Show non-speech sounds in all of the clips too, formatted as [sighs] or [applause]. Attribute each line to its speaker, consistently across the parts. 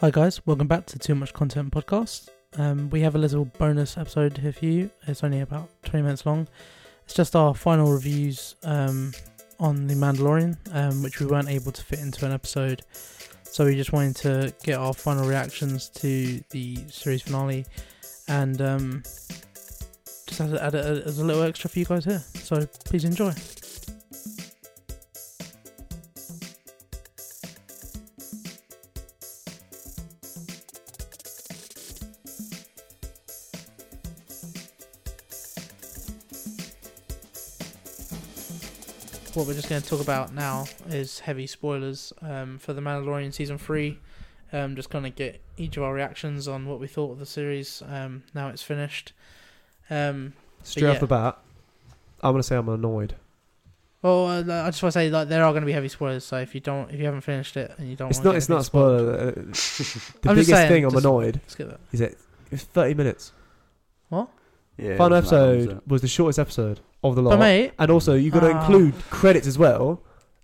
Speaker 1: Hi guys, welcome back to Too Much Content podcast. Um, we have a little bonus episode here for you. It's only about 20 minutes long. It's just our final reviews um, on The Mandalorian, um, which we weren't able to fit into an episode. So we just wanted to get our final reactions to the series finale and um, just add, add it as a little extra for you guys here. So please enjoy. what we're just going to talk about now is heavy spoilers um, for the Mandalorian season three. Um, just going to get each of our reactions on what we thought of the series um, now it's finished. Um,
Speaker 2: Straight
Speaker 1: yeah.
Speaker 2: off the bat, I'm gonna say I'm annoyed.
Speaker 1: well, uh, I just want to say like there are going to be heavy spoilers. So if you don't, if you haven't finished it and you don't,
Speaker 2: It's
Speaker 1: wanna
Speaker 2: not.
Speaker 1: get
Speaker 2: It's not a
Speaker 1: anything spoiled,
Speaker 3: [laughs]
Speaker 2: spoiler. uh, the
Speaker 1: I'm just
Speaker 2: biggest
Speaker 1: saying,
Speaker 2: thing I'm
Speaker 1: just-
Speaker 2: annoyed
Speaker 1: Skip that.
Speaker 2: is it. It's 30 minutes.
Speaker 3: Yeah,
Speaker 2: Final
Speaker 3: it wasn't that long, was
Speaker 2: episode was, the shortest episode of the lot,
Speaker 1: But mate,
Speaker 2: and also you got to
Speaker 1: Ah.
Speaker 2: include credits as well.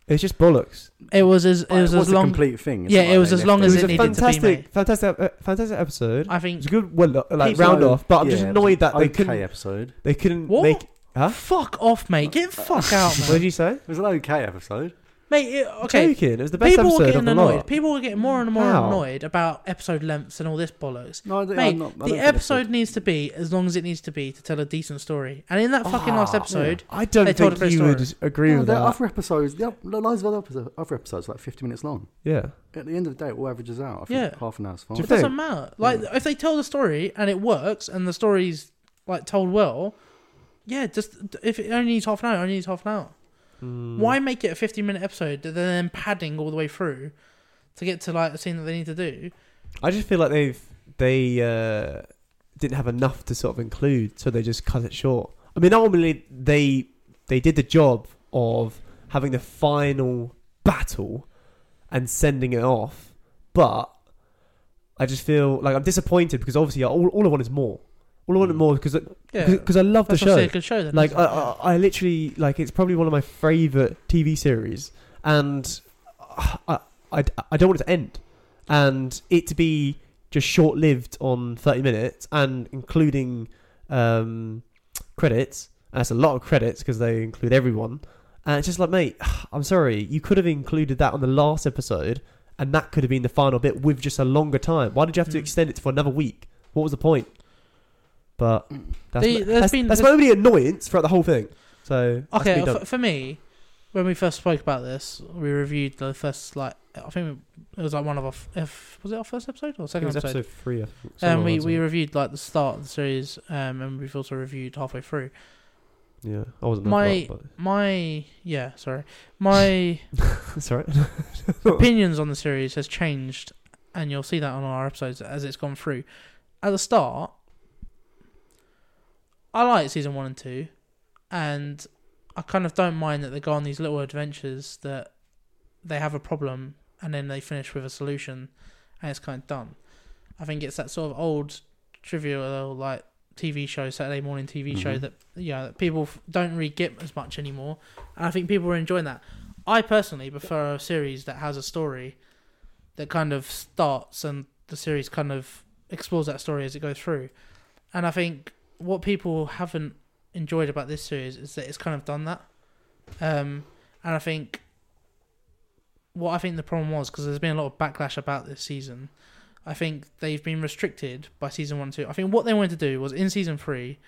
Speaker 2: It's just bollocks.
Speaker 1: it was as it
Speaker 3: it
Speaker 1: was as
Speaker 3: a
Speaker 1: long.
Speaker 3: complete thing. It's
Speaker 1: Yeah,
Speaker 3: not
Speaker 1: it
Speaker 3: like
Speaker 1: was
Speaker 3: they
Speaker 1: as
Speaker 3: left
Speaker 1: long as
Speaker 2: It was
Speaker 1: it
Speaker 2: a
Speaker 1: needed to be,
Speaker 2: fantastic,
Speaker 1: mate.
Speaker 2: fantastic, uh, fantastic episode.
Speaker 1: I
Speaker 2: It [laughs]
Speaker 1: think
Speaker 2: was a good, well, uh, like
Speaker 1: People-
Speaker 2: round off. But I'm
Speaker 3: Yeah,
Speaker 2: just
Speaker 3: it was
Speaker 2: annoyed that
Speaker 3: an
Speaker 2: they
Speaker 3: okay
Speaker 2: couldn't.
Speaker 3: episode.
Speaker 2: They couldn't
Speaker 1: What?
Speaker 2: make. Huh?
Speaker 1: Fuck off, mate. Get
Speaker 2: [laughs]
Speaker 1: fucked out,
Speaker 2: What did
Speaker 1: mate.
Speaker 2: you say?
Speaker 3: It was an okay episode.
Speaker 1: mate it, okay,
Speaker 2: Joking. It was the best
Speaker 1: people were
Speaker 2: episode of
Speaker 1: getting
Speaker 2: the
Speaker 1: annoyed.
Speaker 2: lot.
Speaker 1: People were getting more and more
Speaker 2: How?
Speaker 1: annoyed about episode lengths and all this bollocks.
Speaker 3: No, I don't-
Speaker 1: Mate,
Speaker 3: I'm not, I don't
Speaker 1: the
Speaker 3: think
Speaker 1: episode needs to be as long as it needs to be to tell a decent story. And in that fucking last
Speaker 2: Ah,
Speaker 1: episode,
Speaker 2: I don't
Speaker 1: they told
Speaker 2: think
Speaker 1: a great
Speaker 2: you
Speaker 1: story.
Speaker 2: would
Speaker 3: It's,
Speaker 2: agree
Speaker 3: no,
Speaker 2: with
Speaker 3: there
Speaker 2: that.
Speaker 3: are other episodes. The oth- the lives of other episodes, other episodes are like 50 minutes long.
Speaker 2: yeah.
Speaker 3: At the end of the day, it all averages out. I think
Speaker 1: Yeah.
Speaker 3: half an hour's fine.
Speaker 2: Do you
Speaker 1: it doesn't
Speaker 2: think?
Speaker 1: matter. Like if they tell the story and it works and the story's like told well, yeah, just if it only needs half an hour, it only needs half an hour.
Speaker 2: Hmm.
Speaker 1: Why make it a fifty-minute episode that they're then padding all the way through to get to like a scene that they need to do?
Speaker 2: I just feel like they've they uh, didn't have enough to sort of include, so they just cut it short. I mean, ultimately they they did the job of having the final battle and sending it off, but I just feel like I'm disappointed because obviously all, all I want is more. All I wanted
Speaker 3: Mm.
Speaker 2: more because
Speaker 1: Hmm. Yeah,
Speaker 2: because I love the
Speaker 1: that's
Speaker 2: show.
Speaker 1: obviously a good show. Then,
Speaker 2: Like
Speaker 1: isn't
Speaker 2: I,
Speaker 1: it?
Speaker 2: I, I literally like it's probably one of my favorite TV series, and I, I, I don't want it to end, and it to be just short lived on thirty minutes and including um, credits. And that's a lot of credits because they include everyone, and it's just like mate, [sighs] I'm sorry, you could have included that on the last episode, and that could have been the final bit with just a longer time. Why did you have to
Speaker 1: Mm.
Speaker 2: extend it for another week? What was the point? But that's,
Speaker 1: They-
Speaker 2: my-
Speaker 1: there's
Speaker 2: that's,
Speaker 1: been-
Speaker 2: that's my
Speaker 1: there's-
Speaker 2: only annoyance throughout the whole thing. So that's
Speaker 1: Okay,
Speaker 2: been done.
Speaker 1: f- for me, when we first spoke about this, we reviewed the first like I think it was like one of our f- if, was it our first episode or
Speaker 2: I think it
Speaker 1: second
Speaker 2: was
Speaker 1: episode?
Speaker 2: episode three. I think.
Speaker 1: Um,
Speaker 2: Somewhere
Speaker 1: we
Speaker 2: around
Speaker 1: we
Speaker 2: there.
Speaker 1: reviewed like the start of the series, um, and we've also reviewed halfway through.
Speaker 2: yeah, I wasn't
Speaker 1: my-
Speaker 2: my
Speaker 1: My yeah, sorry, my
Speaker 2: [laughs] sorry.
Speaker 1: opinions on the series has changed, and you'll see that on our episodes as it's gone through. At the start, I like season one and two, and I kind of don't mind that they go on these little adventures that they have a problem and then they finish with a solution, and it's kind of done. I think it's that sort of old trivial like TV show, Saturday morning TV show
Speaker 3: Mhm.
Speaker 1: that you know that people f- don't really get as much anymore, and I think people are enjoying that. I personally prefer a series that has a story that kind of starts and the series kind of explores that story as it goes through. And I think what people haven't enjoyed about this series is that it's kind of done that. Um, and I think what I think the problem was because there's been a lot of backlash about this season. I think they've been restricted by season one, and two. I think what they wanted to do was in season three,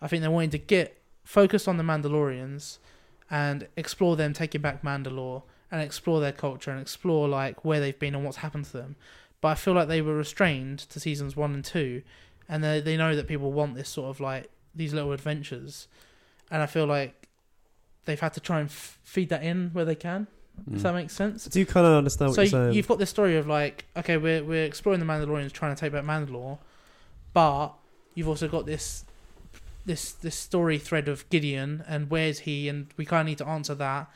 Speaker 1: I think they wanted to get focused on the Mandalorians and explore them taking back Mandalore and explore their culture and explore like where they've been and what's happened to them. But I feel like they were restrained to seasons one and two, and they they know that people want this sort of like these little adventures, and I feel like they've had to try and f- feed that in where they can. If that makes sense.
Speaker 2: I do kind of understand what
Speaker 1: So
Speaker 2: you're saying.
Speaker 1: you've got this story of like, okay, we're we're exploring the Mandalorians, trying to take back Mandalore, but you've also got this this this story thread of Gideon and where's he, and we kind of need to answer that.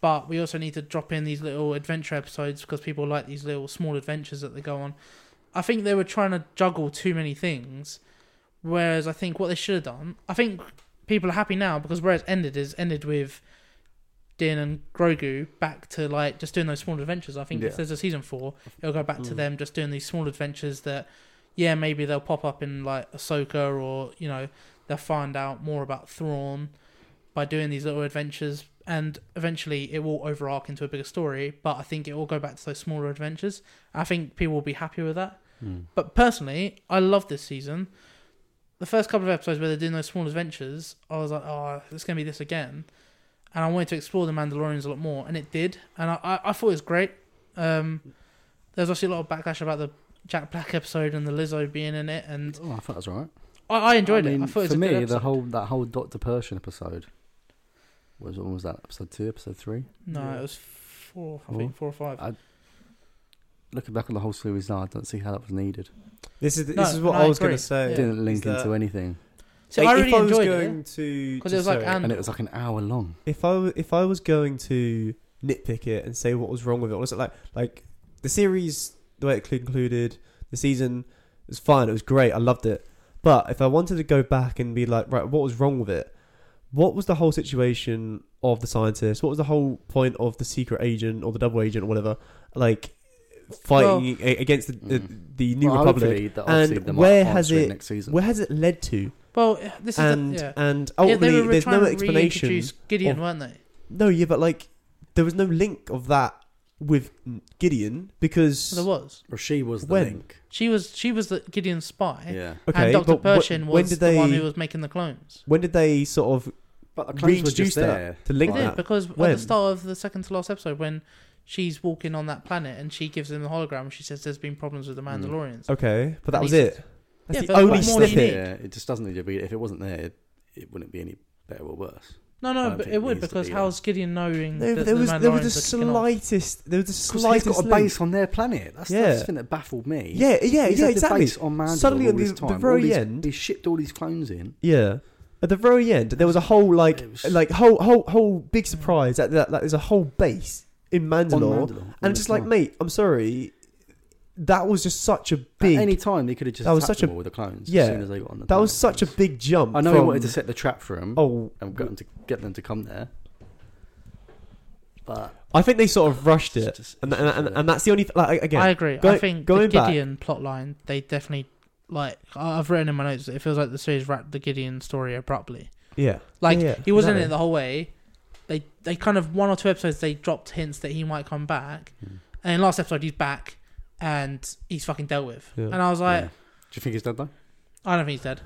Speaker 1: But we also need to drop in these little adventure episodes because people like these little small adventures that they go on. I think they were trying to juggle too many things, whereas I think what they should have done, I think people are happy now because where it's ended is ended with Din and Grogu back to like just doing those small adventures. I think
Speaker 3: Yeah.
Speaker 1: if there's a season four, it'll go back to
Speaker 2: Mm.
Speaker 1: them just doing these small adventures that, yeah, maybe they'll pop up in like Ahsoka or you know they'll find out more about Thrawn by doing these little adventures, and eventually it will overarch into a bigger story. But I think it will go back to those smaller adventures. I think people will be happy with that.
Speaker 3: Hmm.
Speaker 1: But personally, I love this season. The first couple of episodes where they're doing those small adventures, I was like, oh, it's going to be this again. And I wanted to explore the Mandalorians a lot more, and it did. And I, I, I thought it was great. Um, there was obviously a lot of backlash about the Jack Black episode and the Lizzo being in it, and
Speaker 3: Oh, I thought that was all right.
Speaker 1: I, I enjoyed
Speaker 3: I mean,
Speaker 1: it. I thought it was
Speaker 3: for
Speaker 1: a
Speaker 3: me,
Speaker 1: good
Speaker 3: the
Speaker 1: episode.
Speaker 3: whole that whole Doctor Persian episode was what was that episode two, episode three?
Speaker 1: No,
Speaker 2: Yeah.
Speaker 1: it was four, I
Speaker 3: Four?
Speaker 1: think four or five.
Speaker 2: Uh,
Speaker 3: I- Looking back on the whole series now, I don't see how that was needed.
Speaker 2: This is this
Speaker 1: No,
Speaker 2: is what
Speaker 1: no,
Speaker 2: I
Speaker 1: I
Speaker 2: was going
Speaker 1: agree.
Speaker 2: to say.
Speaker 1: Yeah.
Speaker 3: It didn't link
Speaker 2: Is that-
Speaker 3: into anything,
Speaker 1: so
Speaker 2: Like,
Speaker 1: I really
Speaker 2: if I was
Speaker 1: enjoyed
Speaker 2: going
Speaker 1: it
Speaker 2: to
Speaker 1: because it was like,
Speaker 2: sorry,
Speaker 1: and,
Speaker 3: and it was like an hour long.
Speaker 2: if I w- if I was going to nitpick it and say what was wrong with it, was it like like the series the way it clu- concluded, the season was fine, it was great, I loved it. But if I wanted to go back and be like, right, what was wrong with it? What was the whole situation of the scientist? What was the whole point of the secret agent or the double agent or whatever, like fighting a against the, the,
Speaker 3: Mm.
Speaker 2: the New
Speaker 3: Well,
Speaker 2: Republic?
Speaker 3: hopefully that
Speaker 2: And
Speaker 3: obviously they might
Speaker 2: where
Speaker 3: answer
Speaker 2: has it-
Speaker 3: next season?
Speaker 2: Where has it led to?
Speaker 1: well, this is
Speaker 2: And
Speaker 1: the, yeah.
Speaker 2: and
Speaker 1: yeah,
Speaker 2: ultimately,
Speaker 1: they were
Speaker 2: there's
Speaker 1: trying
Speaker 2: no
Speaker 1: to
Speaker 2: explanation.
Speaker 1: reintroduce Gideon,
Speaker 2: of-
Speaker 1: weren't they?
Speaker 2: No, yeah, but like there was no link of that with Gideon because
Speaker 1: There was.
Speaker 3: or she was the
Speaker 2: When? Eh?
Speaker 3: link.
Speaker 1: She was. She was the Gideon's spy.
Speaker 3: Yeah,
Speaker 2: okay,
Speaker 1: and Dr.
Speaker 2: but what-
Speaker 1: Pershing was
Speaker 2: when did they
Speaker 1: the one who was making the clones.
Speaker 2: when did they sort of
Speaker 3: but the
Speaker 2: clones were just Reintroduced that there. to link
Speaker 1: They
Speaker 2: Like
Speaker 1: did
Speaker 2: that.
Speaker 1: because at
Speaker 2: When?
Speaker 1: the start of the second to last episode, when she's walking on that planet and she gives him the hologram, and she says there's been problems with the
Speaker 3: Mm.
Speaker 1: Mandalorians.
Speaker 2: okay, but that
Speaker 1: And
Speaker 2: was
Speaker 1: he's-
Speaker 2: it.
Speaker 1: Yeah,
Speaker 2: That's the
Speaker 1: but
Speaker 2: only
Speaker 1: what more do you
Speaker 2: snippet.
Speaker 1: need?
Speaker 3: Yeah, it just doesn't need to be. If it wasn't there, it, it wouldn't be any better or worse.
Speaker 1: No,
Speaker 3: I
Speaker 1: no,
Speaker 3: don't
Speaker 1: but
Speaker 3: think
Speaker 1: it
Speaker 3: it
Speaker 1: would
Speaker 3: needs to
Speaker 1: because
Speaker 3: be
Speaker 1: how's Gideon knowing
Speaker 2: There,
Speaker 1: that
Speaker 2: there
Speaker 1: the
Speaker 2: was
Speaker 1: Mandalorians
Speaker 2: there was the
Speaker 1: are kicking off?
Speaker 2: slightest there was the
Speaker 3: Because
Speaker 2: slightest
Speaker 3: he's got a
Speaker 2: link.
Speaker 3: base on their planet. That's,
Speaker 2: Yeah.
Speaker 3: that's the thing that baffled me.
Speaker 2: Yeah, yeah,
Speaker 3: He's
Speaker 2: yeah,
Speaker 3: had the
Speaker 2: exactly.
Speaker 3: base on Mandalore
Speaker 2: Suddenly
Speaker 3: all
Speaker 2: at the-
Speaker 3: this
Speaker 2: the
Speaker 3: time.
Speaker 2: very
Speaker 3: all these,
Speaker 2: end-
Speaker 3: he shipped all these clones in.
Speaker 2: Yeah. At the very end, there was a whole like
Speaker 3: It was-
Speaker 2: like whole whole whole big
Speaker 1: Mm.
Speaker 2: surprise that, that, that there's a whole base in
Speaker 3: on
Speaker 2: Mandalore,
Speaker 3: Mandalore all
Speaker 2: and
Speaker 3: this
Speaker 2: just like
Speaker 3: time.
Speaker 2: mate, I'm sorry, that was just such a
Speaker 3: at
Speaker 2: big
Speaker 3: any time they could have just
Speaker 2: That was
Speaker 3: attacked
Speaker 2: such a-
Speaker 3: them all with the clones.
Speaker 2: yeah,
Speaker 3: as soon as they got on the
Speaker 2: That was
Speaker 3: planet.
Speaker 2: such a big jump.
Speaker 3: I know he
Speaker 2: from-
Speaker 3: wanted to set the trap for him
Speaker 2: Oh,
Speaker 3: and get them to get them to come there, but
Speaker 2: I think they sort of rushed
Speaker 3: it's
Speaker 2: it,
Speaker 3: just-
Speaker 2: and
Speaker 3: it's
Speaker 2: and,
Speaker 3: just
Speaker 2: and,
Speaker 3: a-
Speaker 2: and that's the only like again.
Speaker 1: I agree.
Speaker 2: Go-
Speaker 1: I think the
Speaker 2: going back-
Speaker 1: Gideon plotline they definitely like. I- I've written in my notes that it feels like the series wrapped the Gideon story abruptly.
Speaker 2: yeah,
Speaker 1: Like
Speaker 2: Yeah, yeah,
Speaker 1: he wasn't in it
Speaker 2: exactly.
Speaker 1: the whole way. They they kind of one or two episodes they dropped hints that he might come back,
Speaker 3: Hmm.
Speaker 1: and in last episode he's back and he's fucking dealt with.
Speaker 2: Yeah.
Speaker 1: And I was like,
Speaker 3: yeah. Do you think he's dead though?
Speaker 1: I don't think he's dead.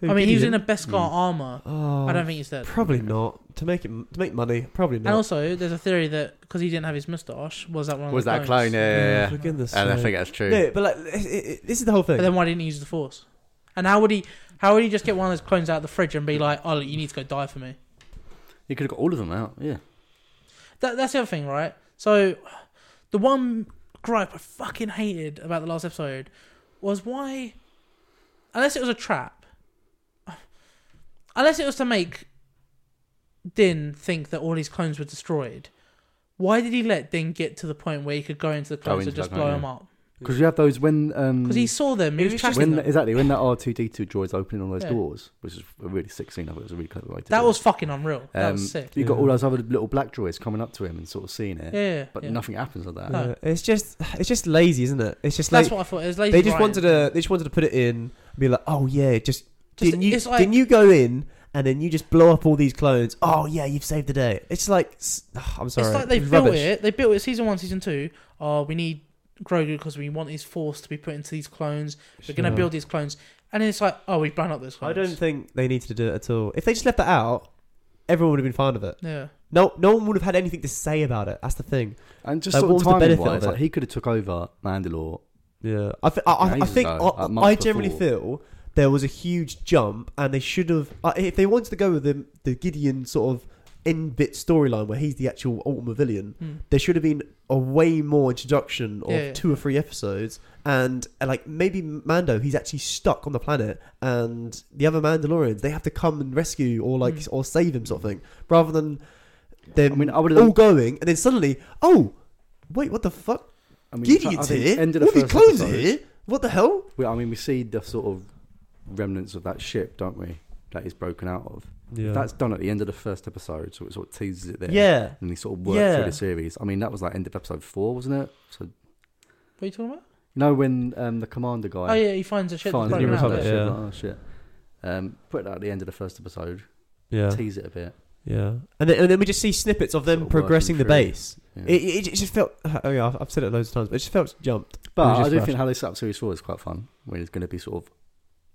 Speaker 2: Who,
Speaker 1: I mean, he was in a
Speaker 2: Gideon?
Speaker 1: Beskar
Speaker 3: Mm.
Speaker 1: armor.
Speaker 2: Oh,
Speaker 1: I don't think he's dead.
Speaker 2: probably not to make it to make money. Probably
Speaker 1: And
Speaker 2: not.
Speaker 1: also, there's a theory that because he didn't have his mustache, was that one? Of
Speaker 3: Was
Speaker 1: the
Speaker 3: that a
Speaker 1: clones?
Speaker 3: clone? Yeah, yeah,
Speaker 2: Oh, for
Speaker 3: yeah.
Speaker 2: goodness
Speaker 3: I don't
Speaker 2: sake.
Speaker 3: think that's true.
Speaker 2: No, but like it, it, this is the whole thing.
Speaker 1: But then why didn't he use the Force? And how would he? How would he just get one of those clones out of the fridge and be like, "Oh, look, you need to go die for me"?
Speaker 3: He could have got all of them out. Yeah.
Speaker 1: That, that's the other thing, right? So, the one gripe I fucking hated about the last episode was why, unless it was a trap, unless it was to make Din think that all his clones were destroyed, why did he let Din get to the point where he could go into the clones
Speaker 3: into
Speaker 1: and
Speaker 3: the
Speaker 1: just
Speaker 3: clone,
Speaker 1: blow
Speaker 3: yeah.
Speaker 1: them up?
Speaker 3: Because you have those when um,
Speaker 1: Because he saw them, he
Speaker 2: It
Speaker 1: was,
Speaker 2: was just-
Speaker 1: tracking
Speaker 3: when
Speaker 1: them.
Speaker 3: exactly when that R two D two droid's opening all those
Speaker 1: Yeah.
Speaker 3: doors, which is a really sick scene. I thought it was a really clever way to
Speaker 1: That
Speaker 3: do
Speaker 1: was
Speaker 3: it.
Speaker 1: fucking unreal. that
Speaker 3: Um,
Speaker 1: was sick.
Speaker 3: You got
Speaker 2: Yeah.
Speaker 3: all those other little black droids coming up to him and sort of seeing it,
Speaker 1: Yeah, yeah,
Speaker 3: but
Speaker 1: yeah.
Speaker 3: nothing happens like that.
Speaker 1: No.
Speaker 2: Yeah, it's just it's just lazy, isn't it? It's just
Speaker 1: That's
Speaker 2: like
Speaker 1: what I thought. It was lazy
Speaker 2: they just
Speaker 1: writing.
Speaker 2: wanted to they just wanted to put it in, and be like, oh yeah, just,
Speaker 1: Just-
Speaker 2: didn't you
Speaker 1: it's like-
Speaker 2: didn't you go in and then you just blow up all these clones? Oh yeah, you've saved the day. It's like s- [sighs] ugh, I'm sorry,
Speaker 1: It's like they
Speaker 2: it's
Speaker 1: built
Speaker 2: rubbish.
Speaker 1: it. They built it season one, season two. Oh, we need Grogu because we want his force to be put into these clones. We're gonna
Speaker 2: Sure.
Speaker 1: build these clones, and it's like, oh, we've blown up those
Speaker 2: I
Speaker 1: clones.
Speaker 2: don't think they needed to do it at all. If they just left that out, everyone would have been fine with it.
Speaker 1: Yeah,
Speaker 2: No, no one would have had anything to say about it. That's the thing.
Speaker 3: And just
Speaker 2: Like,
Speaker 3: sort of
Speaker 2: what was the
Speaker 3: timing
Speaker 2: benefit of
Speaker 3: wise,
Speaker 2: it?
Speaker 3: like he could have took over Mandalore.
Speaker 2: Yeah, I, thi- I, I, I
Speaker 3: Ages
Speaker 2: think
Speaker 3: ago,
Speaker 2: I,
Speaker 3: like months
Speaker 2: I generally
Speaker 3: before.
Speaker 2: feel there was a huge jump, and they should have. Uh, if they wanted to go with the the Gideon sort of end bit storyline where he's the actual ultimate villain,
Speaker 1: Hmm.
Speaker 2: there should have been a way more introduction of
Speaker 1: Yeah, yeah.
Speaker 2: two or three episodes and uh, like maybe mando he's actually stuck on the planet and the other mandalorians they have to come and rescue or like
Speaker 1: Mm.
Speaker 2: or save him sort of thing rather than them
Speaker 3: I mean, I would've
Speaker 2: all
Speaker 3: done-
Speaker 2: going and then suddenly oh wait what the fuck
Speaker 3: I mean, I
Speaker 2: gideon's
Speaker 3: think
Speaker 2: here
Speaker 3: End of the
Speaker 2: all these
Speaker 3: first
Speaker 2: clones are
Speaker 3: episode,
Speaker 2: here what the hell
Speaker 3: we- I mean, we see the sort of remnants of that ship, don't we? That he's broken out of.
Speaker 2: Yeah.
Speaker 3: That's done at the end of the first episode, so it sort of teases it there.
Speaker 2: yeah.
Speaker 3: And he sort of worked
Speaker 2: Yeah.
Speaker 3: through the series. I mean, that was like end of episode four, wasn't it? So
Speaker 1: What
Speaker 3: you
Speaker 1: are you talking about?
Speaker 3: know when um, the commander guy
Speaker 1: Oh yeah, he finds a ship.
Speaker 3: finds
Speaker 1: that's
Speaker 3: the
Speaker 2: New
Speaker 1: broken out,
Speaker 2: Republic,
Speaker 1: yeah.
Speaker 3: ship,
Speaker 2: yeah.
Speaker 3: like, oh shit. Um, put that at the end of the first episode,
Speaker 2: Yeah.
Speaker 3: tease it a bit.
Speaker 2: Yeah. And then, and then we just see snippets of them
Speaker 3: Sort of working
Speaker 2: progressing the
Speaker 3: through.
Speaker 2: base.
Speaker 3: Yeah.
Speaker 2: It, it, it just felt. [laughs] Oh yeah, I've- I've said it loads of times, but it just felt jumped.
Speaker 3: but
Speaker 2: It was
Speaker 3: I
Speaker 2: just
Speaker 3: do
Speaker 2: rushed.
Speaker 3: think how they set up series four is quite fun, where it's going to be sort of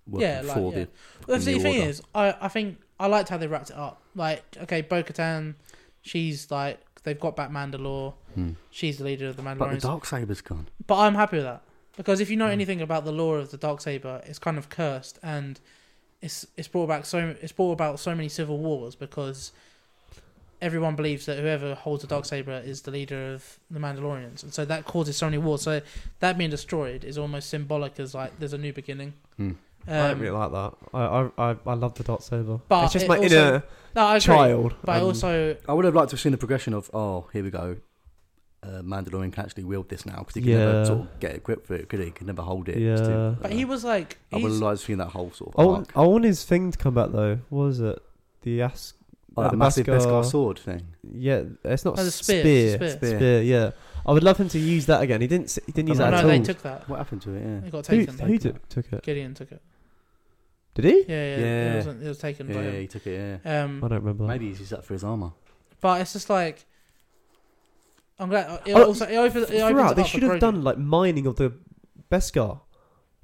Speaker 3: working
Speaker 1: Yeah, like,
Speaker 3: for
Speaker 1: yeah.
Speaker 3: the
Speaker 1: Well, the
Speaker 3: in the
Speaker 1: thing
Speaker 3: order.
Speaker 1: is, I, I think I liked how they wrapped it up. Like, okay, Bo Katan, she's like, they've got back Mandalore.
Speaker 3: Hmm.
Speaker 1: She's the leader of the Mandalorians.
Speaker 3: but the
Speaker 1: But,
Speaker 3: dark saber's gone.
Speaker 1: I'm happy with that because if you know
Speaker 2: Hmm.
Speaker 1: anything about the lore of the dark saber, it's kind of cursed and it's it's brought back so it's brought about so many civil wars because everyone believes that whoever holds the dark saber is the leader of the Mandalorians, and so that causes so many wars. So that being destroyed is almost symbolic as like there's a new beginning.
Speaker 3: Hmm.
Speaker 2: I
Speaker 1: Um,
Speaker 2: don't really like that. I I I, I love the dot saber.
Speaker 1: But
Speaker 2: it's just
Speaker 1: it
Speaker 2: my
Speaker 1: also-
Speaker 2: inner
Speaker 1: no, I agree,
Speaker 2: child. Um,
Speaker 1: but
Speaker 2: and-
Speaker 1: also
Speaker 3: I would have liked to have seen the progression of oh here we go, uh, Mandalorian can actually wield this now because he could
Speaker 2: Yeah.
Speaker 3: never sort of get equipped for it, could he? He could never hold it. Just
Speaker 2: Yeah. Oh,
Speaker 3: to-
Speaker 1: But he was like,
Speaker 3: I would have
Speaker 1: he's-
Speaker 3: liked to see that whole sort
Speaker 2: I
Speaker 3: of
Speaker 2: want,
Speaker 3: arc.
Speaker 2: I want his thing to come back though. What was it? The ass.
Speaker 3: Oh,
Speaker 2: uh,
Speaker 3: that massive
Speaker 2: Beskar-
Speaker 3: Beskar sword thing.
Speaker 2: Yeah, it's not
Speaker 1: Oh, the
Speaker 2: spear,
Speaker 1: spear,
Speaker 2: spear,
Speaker 1: spear.
Speaker 3: Spear.
Speaker 2: Yeah, I would love him to use that again. He didn't. s- He didn't use
Speaker 3: No,
Speaker 2: that
Speaker 1: no,
Speaker 2: at
Speaker 1: they
Speaker 2: all.
Speaker 1: took that.
Speaker 3: What happened to it? Yeah.
Speaker 1: It got
Speaker 2: who
Speaker 1: taken.
Speaker 2: who took, took it?
Speaker 1: Gideon took it.
Speaker 2: Did he?
Speaker 1: Yeah, yeah,
Speaker 3: Yeah.
Speaker 1: It, wasn't, it was taken by
Speaker 3: Yeah,
Speaker 1: him.
Speaker 3: he took it.
Speaker 2: I
Speaker 3: Yeah.
Speaker 1: Um,
Speaker 2: don't remember.
Speaker 3: Maybe he's used that for his armor.
Speaker 1: but it's just like, I'm glad. It
Speaker 2: Oh,
Speaker 1: also, it opens, it opens
Speaker 2: Throughout,
Speaker 1: it
Speaker 2: they
Speaker 1: up
Speaker 2: should
Speaker 1: for
Speaker 2: have
Speaker 1: Grogu.
Speaker 2: done like mining of the Beskar,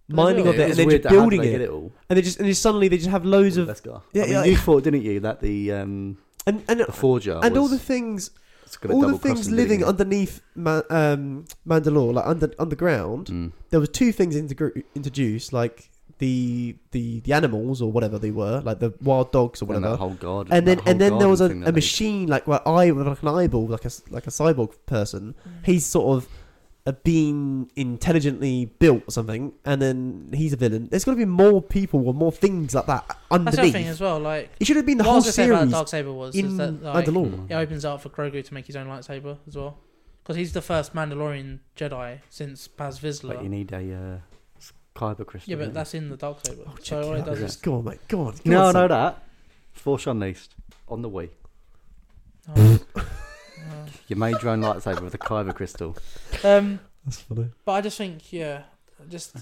Speaker 2: mining
Speaker 1: Yeah,
Speaker 2: of
Speaker 1: it
Speaker 2: it,
Speaker 1: is
Speaker 2: and then just building
Speaker 3: Get
Speaker 2: it,
Speaker 3: it all.
Speaker 2: and they just and just suddenly they just have loads of
Speaker 3: Beskar.
Speaker 2: Yeah,
Speaker 3: I mean,
Speaker 2: yeah.
Speaker 3: you thought, didn't you, that the um,
Speaker 2: and and
Speaker 3: the forger
Speaker 2: and all
Speaker 3: was
Speaker 2: the things
Speaker 3: gonna
Speaker 2: all the
Speaker 3: double cross
Speaker 2: things
Speaker 3: him, didn't
Speaker 2: living
Speaker 3: he?
Speaker 2: underneath Ma- um, Mandalore, like under underground,
Speaker 3: Mm.
Speaker 2: there was two things integr- introduced, like the the the animals or whatever they were, like the wild dogs or
Speaker 3: And that
Speaker 2: whatever.
Speaker 3: whole garden.
Speaker 2: And then
Speaker 3: that whole
Speaker 2: and then there was a,
Speaker 3: garden thing
Speaker 2: a
Speaker 3: that they-
Speaker 2: machine like where eye with like an eyeball, like a s- like a cyborg person. He's sort of a being intelligently built or something, and then he's a villain. There's got to be more people or more things like that
Speaker 1: That's the other
Speaker 2: underneath.
Speaker 1: thing as well. Like,
Speaker 2: it should have been the
Speaker 1: what I
Speaker 2: whole
Speaker 1: was gonna say about
Speaker 2: series
Speaker 1: Dark Saber was
Speaker 2: in
Speaker 1: is that like, it
Speaker 2: Mandalore.
Speaker 3: Yeah.
Speaker 1: opens it up for Grogu to make his own lightsaber as well, because he's the first Mandalorian Jedi since Paz Vizsla.
Speaker 3: But you need a uh, kyber crystal.
Speaker 1: yeah, but
Speaker 3: don't
Speaker 1: that's in the Dark Saber.
Speaker 2: Oh, check
Speaker 1: so all
Speaker 2: it
Speaker 1: it
Speaker 2: out.
Speaker 1: does
Speaker 3: yeah.
Speaker 1: is
Speaker 2: Go on, mate. Go on. Go
Speaker 3: you? No,
Speaker 2: on,
Speaker 3: no,
Speaker 2: son.
Speaker 3: that. Force Unleashed on the Wii.
Speaker 1: Oh,
Speaker 2: [laughs]
Speaker 3: You made your own lightsaber with a kyber crystal.
Speaker 1: yeah. um,
Speaker 2: That's funny.
Speaker 1: but I just think, yeah, just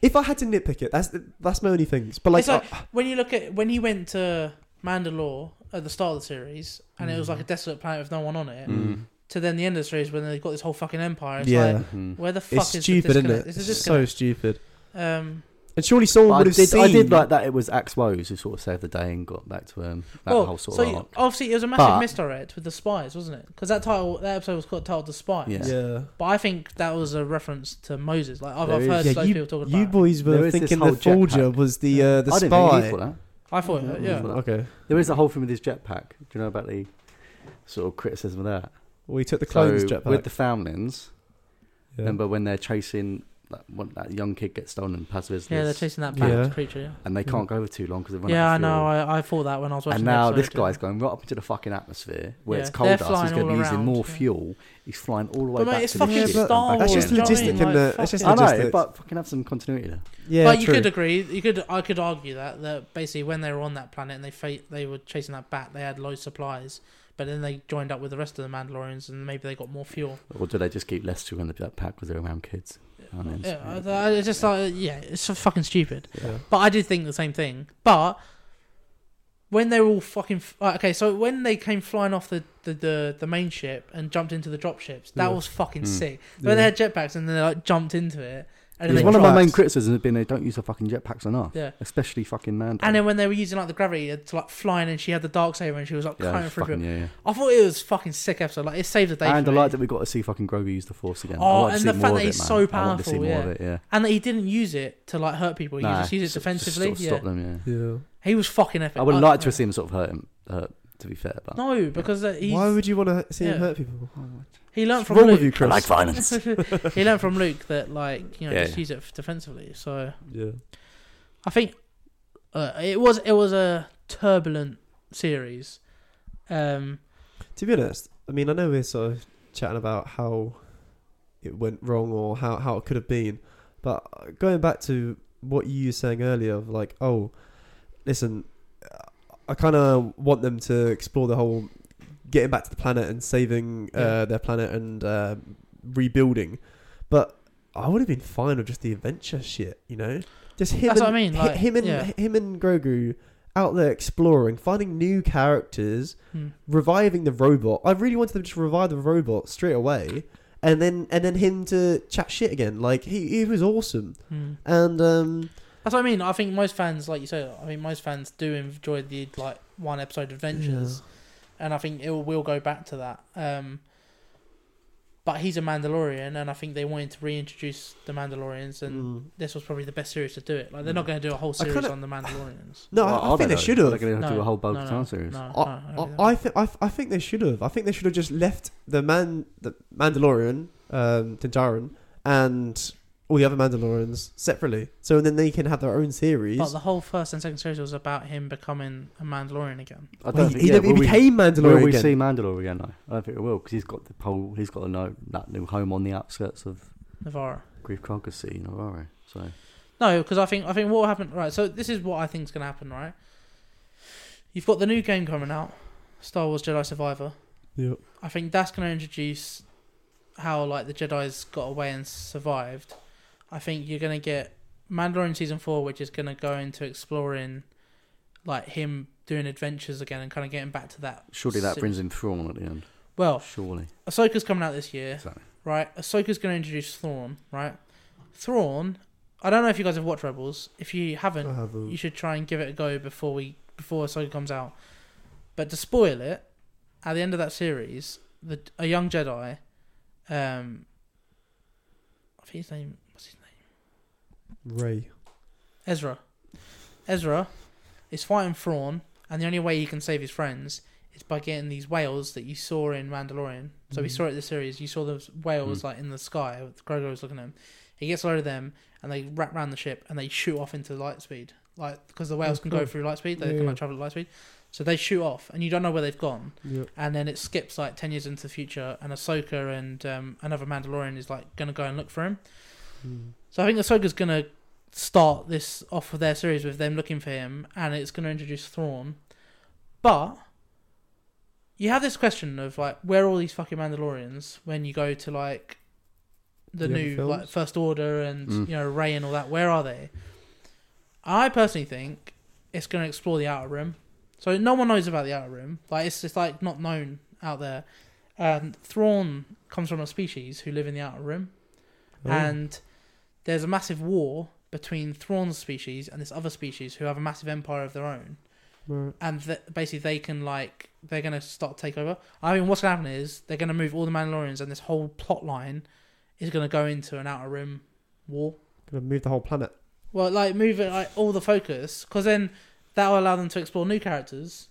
Speaker 2: If I had to nitpick it, that's that's my only thing. But like, uh,
Speaker 1: It's like- when you look at when he went to Mandalore at the start of the series, and it was
Speaker 2: Mm.
Speaker 1: like a desolate planet with no one on it,
Speaker 3: Mm.
Speaker 1: to then the end of the series when they've got this whole fucking empire. It's
Speaker 2: Yeah.
Speaker 1: like,
Speaker 3: Mhm.
Speaker 1: where the fuck
Speaker 2: it's
Speaker 1: is
Speaker 2: stupid,
Speaker 1: the
Speaker 2: isn't
Speaker 1: disconnect?
Speaker 2: it?
Speaker 1: It's a
Speaker 2: It's so
Speaker 1: disconnect.
Speaker 2: stupid.
Speaker 1: um,
Speaker 2: And surely someone
Speaker 3: I
Speaker 2: would have
Speaker 3: did,
Speaker 2: seen.
Speaker 3: I did like that. It was Axe Woes who sort of saved the day and got back to um, that
Speaker 1: well,
Speaker 3: whole sort
Speaker 1: so
Speaker 3: of
Speaker 1: you-
Speaker 3: arc.
Speaker 1: obviously it was a massive
Speaker 3: But-
Speaker 1: misdirect with the spies, wasn't it? Because that title, that episode was called titled "The Spies."
Speaker 3: Yeah.
Speaker 2: Yeah, yeah.
Speaker 1: But I think that was a reference to Moses. Like I've,
Speaker 3: There
Speaker 1: I've
Speaker 3: is-
Speaker 1: heard
Speaker 3: Yeah,
Speaker 1: loads of people talking
Speaker 2: you
Speaker 1: about. it.
Speaker 2: boys
Speaker 3: There
Speaker 2: were
Speaker 3: is this
Speaker 2: thinking
Speaker 3: whole
Speaker 2: the forger
Speaker 3: jetpack.
Speaker 2: was the uh, the
Speaker 3: I didn't
Speaker 2: spy.
Speaker 3: really thought that.
Speaker 1: I thought, yeah,
Speaker 3: Yeah.
Speaker 1: yeah.
Speaker 3: that.
Speaker 2: Okay,
Speaker 3: There is a whole thing with his jetpack. Do you know about the sort of criticism of that?
Speaker 2: we took the clones
Speaker 3: so
Speaker 2: jetpack.
Speaker 3: with the Foundlings,
Speaker 2: yeah.
Speaker 3: remember when they're chasing that, when that young kid gets stolen in Paz Vizsla,
Speaker 1: yeah, they're chasing that
Speaker 2: Yeah. Mm.
Speaker 1: bad creature.
Speaker 3: and they can't go for too long because
Speaker 1: Yeah,
Speaker 3: they've
Speaker 1: yeah I
Speaker 3: run out of
Speaker 1: know.
Speaker 3: fuel.
Speaker 1: I, I thought that when I was watching.
Speaker 3: and
Speaker 1: the
Speaker 3: now
Speaker 1: episode,
Speaker 3: this guy's going right up into the fucking atmosphere where
Speaker 1: Yeah,
Speaker 3: it's cold
Speaker 1: they're
Speaker 3: out, so he's
Speaker 1: flying
Speaker 3: going to
Speaker 1: all
Speaker 3: be using
Speaker 1: around,
Speaker 3: more
Speaker 1: yeah.
Speaker 3: fuel. He's flying all the way
Speaker 1: But mate,
Speaker 3: back
Speaker 1: it's
Speaker 3: to the
Speaker 1: fucking
Speaker 3: ship.
Speaker 2: Yeah, but
Speaker 1: Star Wars.
Speaker 3: and back
Speaker 2: that's
Speaker 3: to
Speaker 2: just
Speaker 1: do you know what I
Speaker 2: logistic,
Speaker 1: mean?
Speaker 2: isn't
Speaker 1: Like,
Speaker 2: it? It's
Speaker 1: fuck
Speaker 2: just
Speaker 1: it.
Speaker 2: logistic.
Speaker 3: I know, but fucking have some continuity there.
Speaker 2: yeah,
Speaker 1: but you
Speaker 2: true.
Speaker 1: could agree. You could. I could argue that that basically when they were on that planet and they fa- they were chasing that bat, they had low supplies. But then they joined up with the rest of the Mandalorians and maybe they got more fuel.
Speaker 3: Or do they just keep less to in the pack because they're around kids? I mean,
Speaker 1: Yeah, I,
Speaker 3: it's-
Speaker 1: I- it's just like yeah, it's so fucking stupid.
Speaker 2: Yeah.
Speaker 1: But I did think the same thing. But when they were all fucking f- uh, okay, so when they came flying off the the, the, the main ship and jumped into the drop ships, that
Speaker 2: Yeah.
Speaker 1: was fucking
Speaker 3: Mm.
Speaker 1: sick. When they had jetpacks and then they like jumped into it, and then
Speaker 3: It's
Speaker 1: they
Speaker 3: one of my
Speaker 2: tried.
Speaker 3: main criticisms has been they don't use the fucking jetpacks enough,
Speaker 1: Yeah.
Speaker 3: especially fucking Mando.
Speaker 1: And then when they were using like the gravity to like flying, and she had the dark saber, and she was like
Speaker 3: yeah,
Speaker 1: kind of
Speaker 3: it's fucking,
Speaker 1: freaking.
Speaker 3: yeah, yeah.
Speaker 1: I thought it was fucking sick episode. Like it saved the day.
Speaker 3: And
Speaker 1: for
Speaker 3: I
Speaker 1: me.
Speaker 3: like that we got to see fucking Grogu use the Force again. I
Speaker 1: Oh,
Speaker 3: like to
Speaker 1: and
Speaker 3: see
Speaker 1: the
Speaker 3: more
Speaker 1: fact
Speaker 3: of
Speaker 1: that
Speaker 3: it,
Speaker 1: he's
Speaker 3: man.
Speaker 1: so
Speaker 3: I want to see
Speaker 1: powerful,
Speaker 3: more
Speaker 1: yeah.
Speaker 3: of it. Yeah,
Speaker 1: and that he didn't use it to like hurt people. He
Speaker 3: Nah,
Speaker 1: just used it
Speaker 3: so- just
Speaker 1: defensively.
Speaker 3: sort of
Speaker 1: yeah,
Speaker 3: stop them. Yeah,
Speaker 2: Yeah.
Speaker 1: he was fucking epic.
Speaker 3: I would like to
Speaker 1: yeah.
Speaker 3: have seen him sort of hurt him. Hurt, to be fair, but
Speaker 1: No, because uh, he's,
Speaker 2: Why would you want to see
Speaker 1: yeah.
Speaker 2: him hurt people?
Speaker 1: he learned
Speaker 2: What's
Speaker 1: from
Speaker 2: wrong
Speaker 1: Luke.
Speaker 2: with you,
Speaker 3: I
Speaker 2: Chris?
Speaker 3: like
Speaker 1: [laughs]
Speaker 3: violence.
Speaker 1: he learned from Luke that like you know
Speaker 3: Yeah,
Speaker 1: just
Speaker 3: yeah.
Speaker 1: use it f- defensively. So
Speaker 2: yeah.
Speaker 1: I think uh, it was it was a turbulent series. Um,
Speaker 2: To be honest, I mean, I know we're sort of chatting about how it went wrong or how, how it could have been, but going back to what you were saying earlier of like, oh, listen, I kind of want them to explore the whole getting back to the planet and saving uh,
Speaker 1: Yeah.
Speaker 2: their planet and uh, rebuilding. But I would have been fine with just the adventure shit, you know. Just him.
Speaker 1: That's
Speaker 2: and,
Speaker 1: what I mean,
Speaker 2: hi-
Speaker 1: like,
Speaker 2: him and
Speaker 1: yeah.
Speaker 2: him and Grogu out there exploring, finding new characters,
Speaker 1: Hmm.
Speaker 2: reviving the robot. I really wanted them to just revive the robot straight away, and then and then him to chat shit again. Like he, he was awesome,
Speaker 1: Hmm.
Speaker 2: and um,
Speaker 1: That's what I mean. I think most fans, like you say, I mean most fans do enjoy the like one episode adventures, and I think it will will go back to that. Um, but he's a Mandalorian, and I think they wanted to reintroduce the Mandalorians, and
Speaker 2: mm.
Speaker 1: this was probably the best series to do it. Like they're not going to do a whole series
Speaker 2: kinda-
Speaker 1: on the Mandalorians.
Speaker 2: no, I-
Speaker 3: Well,
Speaker 2: I,
Speaker 3: are
Speaker 2: think they
Speaker 3: though?
Speaker 2: should
Speaker 3: Are
Speaker 2: have.
Speaker 3: They're going to do
Speaker 1: No,
Speaker 3: a whole Bo
Speaker 1: no,
Speaker 3: Katan
Speaker 1: no,
Speaker 3: series.
Speaker 1: No, no,
Speaker 2: I,
Speaker 1: don't
Speaker 2: I,
Speaker 1: think
Speaker 2: I, think, I, I think they should have. I think they should have just left the man, the Mandalorian, um, Dinjarin, and all the other Mandalorians separately. So then they can have their own series.
Speaker 1: But the whole first and second series was about him becoming a Mandalorian again.
Speaker 3: I
Speaker 2: Well,
Speaker 3: don't
Speaker 2: he
Speaker 3: think,
Speaker 2: he
Speaker 3: yeah,
Speaker 2: never- he
Speaker 3: will we-
Speaker 2: became
Speaker 3: Will
Speaker 2: Mandalorian
Speaker 3: we
Speaker 2: again.
Speaker 3: see Mandalore again? though? I don't think it will because he's got the pole. He's got a no, that new home on the outskirts of
Speaker 1: Navarro.
Speaker 3: Grief Carcassonne, Navarre. So
Speaker 1: No, because I think I think what will happen. Right, so this is what I think is going to happen. Right, you've got the new game coming out, Star Wars Jedi Survivor.
Speaker 2: Yep.
Speaker 1: I think that's going to introduce how like the Jedi's got away and survived. I think you're going to get Mandalorian season four, which is going to go into exploring, like him doing adventures again and kind of getting back to that.
Speaker 3: surely that
Speaker 1: si-
Speaker 3: brings in Thrawn at the end.
Speaker 1: Well,
Speaker 3: Surely.
Speaker 1: Ahsoka's coming out this year,
Speaker 3: Exactly.
Speaker 1: right? Ahsoka's going to introduce Thrawn, right? Thrawn. I don't know if you guys have watched Rebels. If you haven't,
Speaker 2: I have
Speaker 1: you
Speaker 2: a-
Speaker 1: should try and give it a go before we before Ahsoka comes out. But to spoil it, at the end of that series, the a young Jedi, um, I think his name what's his name
Speaker 2: Ray.
Speaker 1: Ezra, Ezra, is fighting Thrawn, and the only way he can save his friends is by getting these whales that you saw in Mandalorian. So we
Speaker 2: Mhm.
Speaker 1: saw it in the series. You saw those whales
Speaker 3: Mm.
Speaker 1: like in the sky. Grogu was looking at him. He gets a load of them, and they wrap round the ship, and they shoot off into light speed. Like because the whales
Speaker 2: Oh,
Speaker 1: can go
Speaker 2: cool.
Speaker 1: through light speed, they
Speaker 2: Yeah,
Speaker 1: can
Speaker 2: yeah.
Speaker 1: like travel at light speed. So they shoot off, and you don't know where they've gone.
Speaker 2: Yep.
Speaker 1: And then it skips like ten years into the future, and Ahsoka and um, another Mandalorian is like gonna go and look for him.
Speaker 2: Mm.
Speaker 1: So I think Ahsoka's gonna start this off of their series with them looking for him, and it's gonna introduce Thrawn. But you have this question of like, where are all these fucking Mandalorians when you go to like the
Speaker 2: The other
Speaker 1: new
Speaker 2: films?
Speaker 1: like First Order and
Speaker 3: Mm.
Speaker 1: you know Ray and all that? Where are they? I personally think it's gonna explore the Outer Rim. So no one knows about the Outer Rim. Like it's just like not known out there. And Thrawn comes from a species who live in the Outer Rim
Speaker 2: Oh.
Speaker 1: and there's a massive war between Thrawn's species and this other species who have a massive empire of their own,
Speaker 2: Right.
Speaker 1: and th- basically they can like they're gonna start to take over. I mean, what's gonna happen is they're gonna move all the Mandalorians, and this whole plot line is gonna go into an Outer Rim war.
Speaker 2: Gonna move the whole planet.
Speaker 1: Well, like move it, like all the focus, because then that will allow them to explore new characters,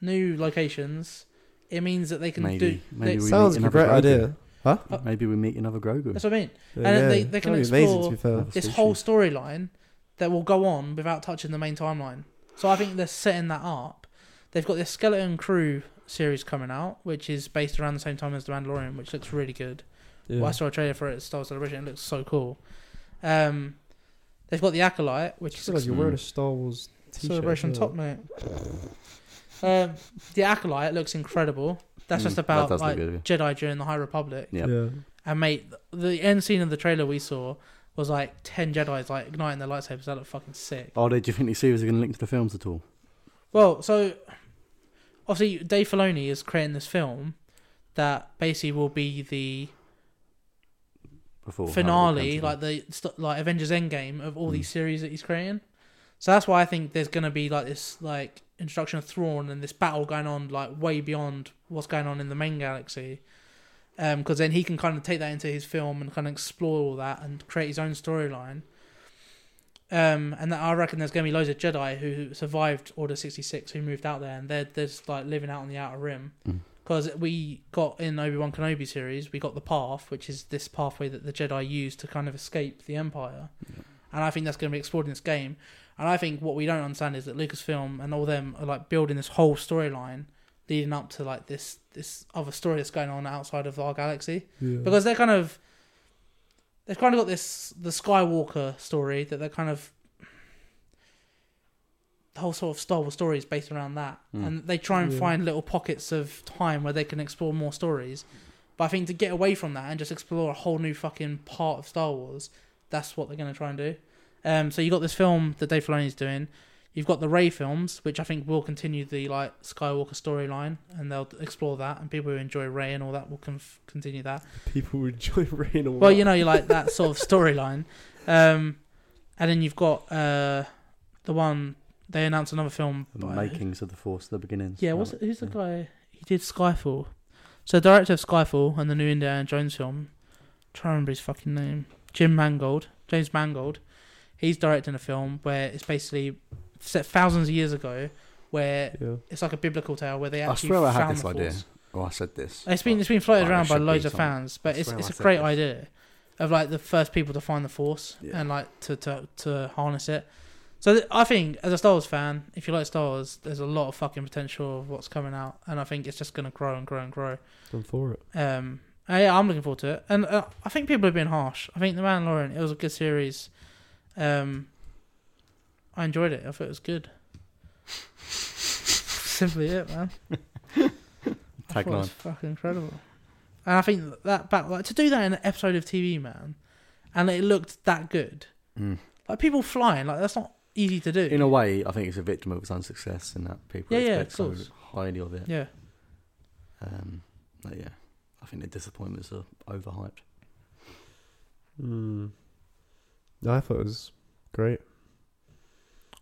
Speaker 1: new locations. It means that they can
Speaker 3: Maybe.
Speaker 1: do.
Speaker 3: Maybe
Speaker 1: they-
Speaker 3: we
Speaker 2: Sounds
Speaker 3: meet
Speaker 2: like a
Speaker 3: another
Speaker 2: great
Speaker 3: Grogu.
Speaker 2: idea.
Speaker 1: Uh,
Speaker 3: Maybe we meet another Grogu.
Speaker 1: that's what I mean.
Speaker 2: Yeah,
Speaker 1: And then they-
Speaker 2: yeah.
Speaker 1: they can
Speaker 2: That'd be amazing, to
Speaker 1: explore
Speaker 2: be fair.
Speaker 3: That's
Speaker 1: this
Speaker 3: sushi.
Speaker 1: whole storyline that will go on without touching the main timeline. So I think they're setting that up. They've got this Skeleton Crew series coming out, which is based around the same time as The Mandalorian, which looks really good.
Speaker 2: Yeah.
Speaker 1: Well, I saw a trailer for it at Star Wars Celebration. It looks so cool. Um, they've got the Acolyte,
Speaker 2: I
Speaker 1: which
Speaker 2: feel
Speaker 1: is Mm.
Speaker 2: like you're wearing a Star Wars t-shirt.
Speaker 1: Celebration
Speaker 2: yeah.
Speaker 1: top mate. um, the Acolyte looks incredible. That's
Speaker 3: Mm,
Speaker 1: just
Speaker 3: that
Speaker 1: about
Speaker 3: does look
Speaker 1: like
Speaker 3: good,
Speaker 1: Jedi during the High Republic.
Speaker 3: Yeah.
Speaker 2: Yeah.
Speaker 1: And mate, th- the end scene of the trailer we saw was like ten Jedi's like igniting their lightsabers. That looked fucking sick.
Speaker 3: Are they? Do you think these series are going to link to the films at all?
Speaker 1: Well, so obviously Dave Filoni is creating this film that basically will be the
Speaker 3: Before how they
Speaker 1: finale,
Speaker 3: cancelled
Speaker 1: like the st- like Avengers Endgame of all
Speaker 3: Mm.
Speaker 1: these series that he's creating. So that's why I think there's gonna be like this like introduction of Thrawn and this battle going on like way beyond what's going on in the main galaxy. Um, because then he can kind of take that into his film and kind of explore all that and create his own storyline. Um, and that I reckon there's gonna be loads of Jedi who survived Order sixty six who moved out there and they're they're just like living out on the outer rim.
Speaker 3: Mm.
Speaker 1: Because we got in Obi Wan Kenobi series, we got the path, which is this pathway that the Jedi used to kind of escape the Empire,
Speaker 3: Yeah.
Speaker 1: and I think that's going to be explored in this game. And I think what we don't understand is that Lucasfilm and all them are like building this whole storyline leading up to like this this other story that's going on outside of our galaxy
Speaker 2: yeah.
Speaker 1: because they're kind of they've kind of got this the Skywalker story that they're kind of the whole sort of Star Wars story is based around that,
Speaker 3: Mm.
Speaker 1: and they try and
Speaker 2: Hmm. Yeah.
Speaker 1: find little pockets of time where they can explore more stories. But I think to get away from that and just explore a whole new fucking part of Star Wars, that's what they're going to try and do. Um, so you got this film that Dave Filoni's doing. You've got the Ray films, which I think will continue the like Skywalker storyline, and they'll explore that. And people who enjoy Ray and all that will conf- continue that.
Speaker 2: People would [laughs] enjoy rain or
Speaker 1: Well, you know, you like that sort of storyline. Um, and then you've got uh, the one they announced another film.
Speaker 3: The
Speaker 1: by-
Speaker 3: makings of the Force, the beginnings.
Speaker 1: Yeah,
Speaker 3: Um,
Speaker 1: what's, who's the
Speaker 3: yeah.
Speaker 1: guy? He did Skyfall. So, director of Skyfall and the new Indiana Jones film. Trying to remember his fucking name. Jim Mangold, James Mangold. He's directing a film where it's basically set thousands of years ago, where
Speaker 2: Yeah.
Speaker 1: it's like a biblical tale where they
Speaker 3: I
Speaker 1: actually
Speaker 3: swear I had
Speaker 1: found
Speaker 3: this
Speaker 1: the
Speaker 3: idea.
Speaker 1: Force.
Speaker 3: Or Oh, I said this.
Speaker 1: It's been [laughs]
Speaker 3: but-
Speaker 1: it's been floated
Speaker 3: Oh, it
Speaker 1: around by
Speaker 3: should be
Speaker 1: loads of
Speaker 3: something.
Speaker 1: fans, but
Speaker 3: I
Speaker 1: it's
Speaker 3: swear
Speaker 1: it's
Speaker 3: I
Speaker 1: a
Speaker 3: said
Speaker 1: great
Speaker 3: this.
Speaker 1: idea of like the first people to find the force
Speaker 3: Yeah.
Speaker 1: and like to to to harness it. So th- I think as a Star Wars fan, if you like Star Wars, there's a lot of fucking potential of what's coming out, and I think it's just gonna grow and grow and grow.
Speaker 2: I'm for it.
Speaker 1: Um, uh, yeah, I'm looking forward to it, and uh, I think people have been harsh. I think The Mandalorian it was a good series. Um, I enjoyed it. I thought it was good. Simply it,
Speaker 3: [laughs]
Speaker 1: man. I thought it was
Speaker 3: Tagline.
Speaker 1: fucking incredible. And I think that back like to do that in an episode of TV, man, and it looked that good.
Speaker 3: Mm.
Speaker 1: Like people flying, like that's not easy to do.
Speaker 3: In a way, I think it's a victim of its own success in that people
Speaker 1: Yeah, yeah,
Speaker 3: expect
Speaker 1: of
Speaker 3: so
Speaker 1: course.
Speaker 3: highly of it.
Speaker 1: yeah,
Speaker 3: Um, but yeah, I think the disappointments are overhyped.
Speaker 2: Mm. No, I thought it was great.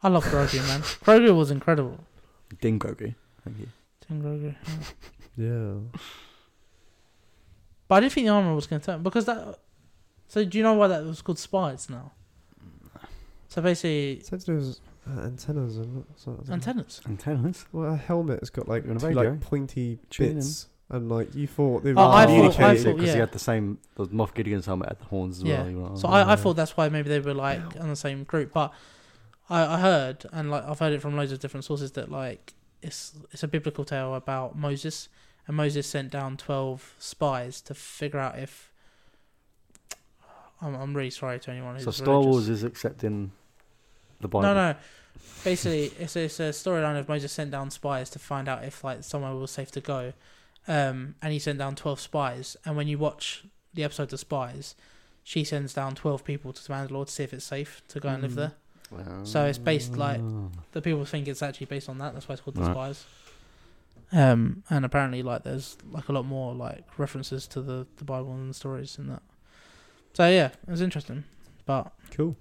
Speaker 1: I love Grogu, man. [laughs] Grogu was incredible.
Speaker 3: Ding Grogu. Thank you.
Speaker 1: Tim Grogu. yeah.
Speaker 2: Yeah.
Speaker 1: But I didn't think the armor was going to turn because that. So do you know why that was called spires now? So basically,
Speaker 2: It said there was uh, antennas and what's that?
Speaker 1: antennas.
Speaker 3: Antennas.
Speaker 2: Well, a helmet's got like
Speaker 3: You're on a
Speaker 2: two,
Speaker 3: radio.
Speaker 2: like pointy
Speaker 3: Tune in.
Speaker 2: bits, and like you thought they were
Speaker 1: Oh, I thought-
Speaker 2: communicating.
Speaker 1: I thought-
Speaker 3: because
Speaker 1: yeah.
Speaker 3: he had the same the Moff Gideon's helmet at the horns as
Speaker 1: Yeah.
Speaker 3: well. You were like,
Speaker 1: So
Speaker 3: oh,
Speaker 1: I, I
Speaker 3: yeah.
Speaker 1: thought that's why maybe they were like on the same group, but I, I heard and like I've heard it from loads of different sources that like it's it's a biblical tale about Moses and Moses sent down twelve spies to figure out if. I'm I'm really sorry to anyone who's
Speaker 3: so Star
Speaker 1: religious.
Speaker 3: Wars is accepting the
Speaker 1: No,
Speaker 3: Bible.
Speaker 1: no. Basically, it's it's a storyline of Moses sent down spies to find out if like somewhere was safe to go, um, and he sent down twelve spies. And when you watch the episode of Spies, she sends down twelve people to Mandalore to see if it's safe to go and live
Speaker 2: Mm.
Speaker 1: there.
Speaker 3: Wow.
Speaker 1: So it's based, like- The people think it's actually based on that. That's why it's called the Spies. Um, and apparently, like there's like a lot more like references to the the Bible and stories in that. So yeah, it was interesting, but
Speaker 2: Cool.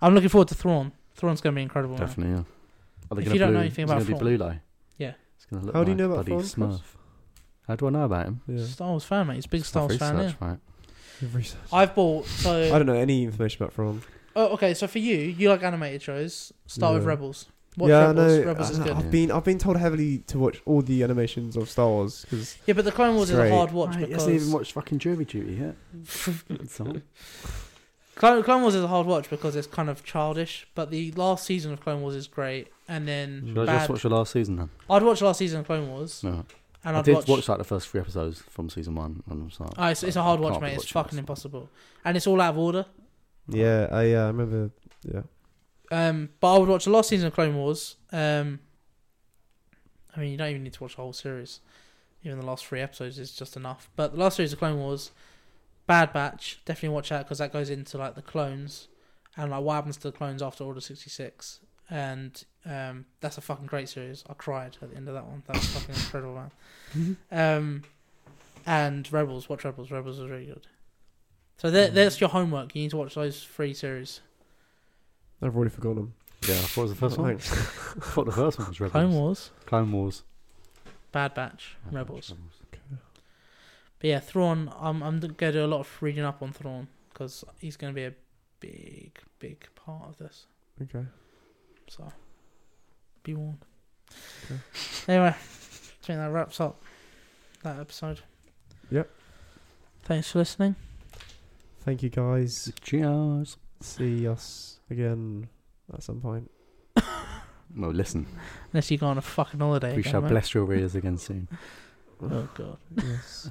Speaker 1: I'm looking forward to Thrawn. Thrawn's gonna be incredible. man.
Speaker 3: Definitely, yeah. Are they
Speaker 1: If
Speaker 3: gonna
Speaker 1: you don't know
Speaker 3: blue-
Speaker 1: anything
Speaker 3: is
Speaker 1: about
Speaker 3: it gonna
Speaker 1: Thrawn-
Speaker 3: be blue though.
Speaker 1: Yeah.
Speaker 3: It's gonna look
Speaker 2: How do you
Speaker 3: like
Speaker 2: know about
Speaker 3: bloody
Speaker 2: Thrawn, Chris?
Speaker 3: Smurf? How do I know about him?
Speaker 2: Yeah.
Speaker 1: Star Wars fan, mate. He's a big Star
Speaker 3: I've
Speaker 1: Wars fan. Yeah.
Speaker 3: researched, right?
Speaker 2: You've researched.
Speaker 1: I've bought
Speaker 2: I
Speaker 1: so.
Speaker 2: don't know any information about From.
Speaker 1: Oh, okay. So for you, you like animated shows. Start with
Speaker 2: Yeah.
Speaker 1: Rebels. Watch
Speaker 2: yeah, I
Speaker 1: Rebels.
Speaker 2: know. Uh,
Speaker 1: Rebels is
Speaker 2: I-
Speaker 1: good.
Speaker 2: I've been I've been told heavily to watch all the animations of Star Wars because
Speaker 1: Yeah, but the Clone Wars is a
Speaker 2: Great.
Speaker 1: hard watch
Speaker 3: Mate, he
Speaker 1: because
Speaker 3: hasn't even watched fucking Jury Duty [laughs] yet. It's on.
Speaker 1: Clone, Clone Wars is a hard watch because it's kind of childish. But the last season of Clone Wars is great, and then
Speaker 3: Should I
Speaker 1: bad.
Speaker 3: just watch the last season then?
Speaker 1: I'd watch last season of Clone Wars,
Speaker 3: No.
Speaker 1: and
Speaker 3: I
Speaker 1: I'd
Speaker 3: did
Speaker 1: watch.
Speaker 3: watch... like the first three episodes from season one, and I was like,
Speaker 1: Ah, it's, it's a
Speaker 3: I
Speaker 1: hard watch,
Speaker 3: can't be
Speaker 1: mate. It's
Speaker 3: watching
Speaker 1: fucking
Speaker 3: this.
Speaker 1: impossible, and it's all out of order.
Speaker 2: yeah, I uh, remember. Yeah,
Speaker 1: Um, but I would watch the last season of Clone Wars. Um, I mean, you don't even need to watch the whole series. Even the last three episodes is just enough. But the last series of Clone Wars, Bad Batch, definitely watch out because that goes into like the clones and like what happens to the clones after Order sixty six. And um, that's a fucking great series. I cried at the end of that one. That was fucking incredible, man. Um, and Rebels, watch Rebels. Rebels was really good. So there, that's your homework. You need to watch those three series.
Speaker 2: I've already forgotten them. Oh,
Speaker 3: Yeah, what was the first one?
Speaker 2: Thanks.
Speaker 3: I thought the first one was Rebels.
Speaker 1: Clone Wars.
Speaker 3: Clone Wars.
Speaker 1: Bad Batch, Rebels. But yeah, Thrawn, I'm, I'm going to do a lot of reading up on Thrawn because he's going to be a big, big part of this.
Speaker 2: Okay.
Speaker 1: So be warned.
Speaker 2: Okay.
Speaker 1: Anyway, I think that wraps up that episode.
Speaker 2: Yep.
Speaker 1: Thanks for listening.
Speaker 2: Thank you guys.
Speaker 3: Cheers.
Speaker 2: See us again at some
Speaker 3: [laughs]
Speaker 2: point.
Speaker 3: Well, listen,
Speaker 1: Unless you go on a fucking holiday.
Speaker 3: we
Speaker 1: again,
Speaker 3: shall
Speaker 1: mate.
Speaker 3: bless your ears again soon.
Speaker 1: Oh, God.
Speaker 2: Yes.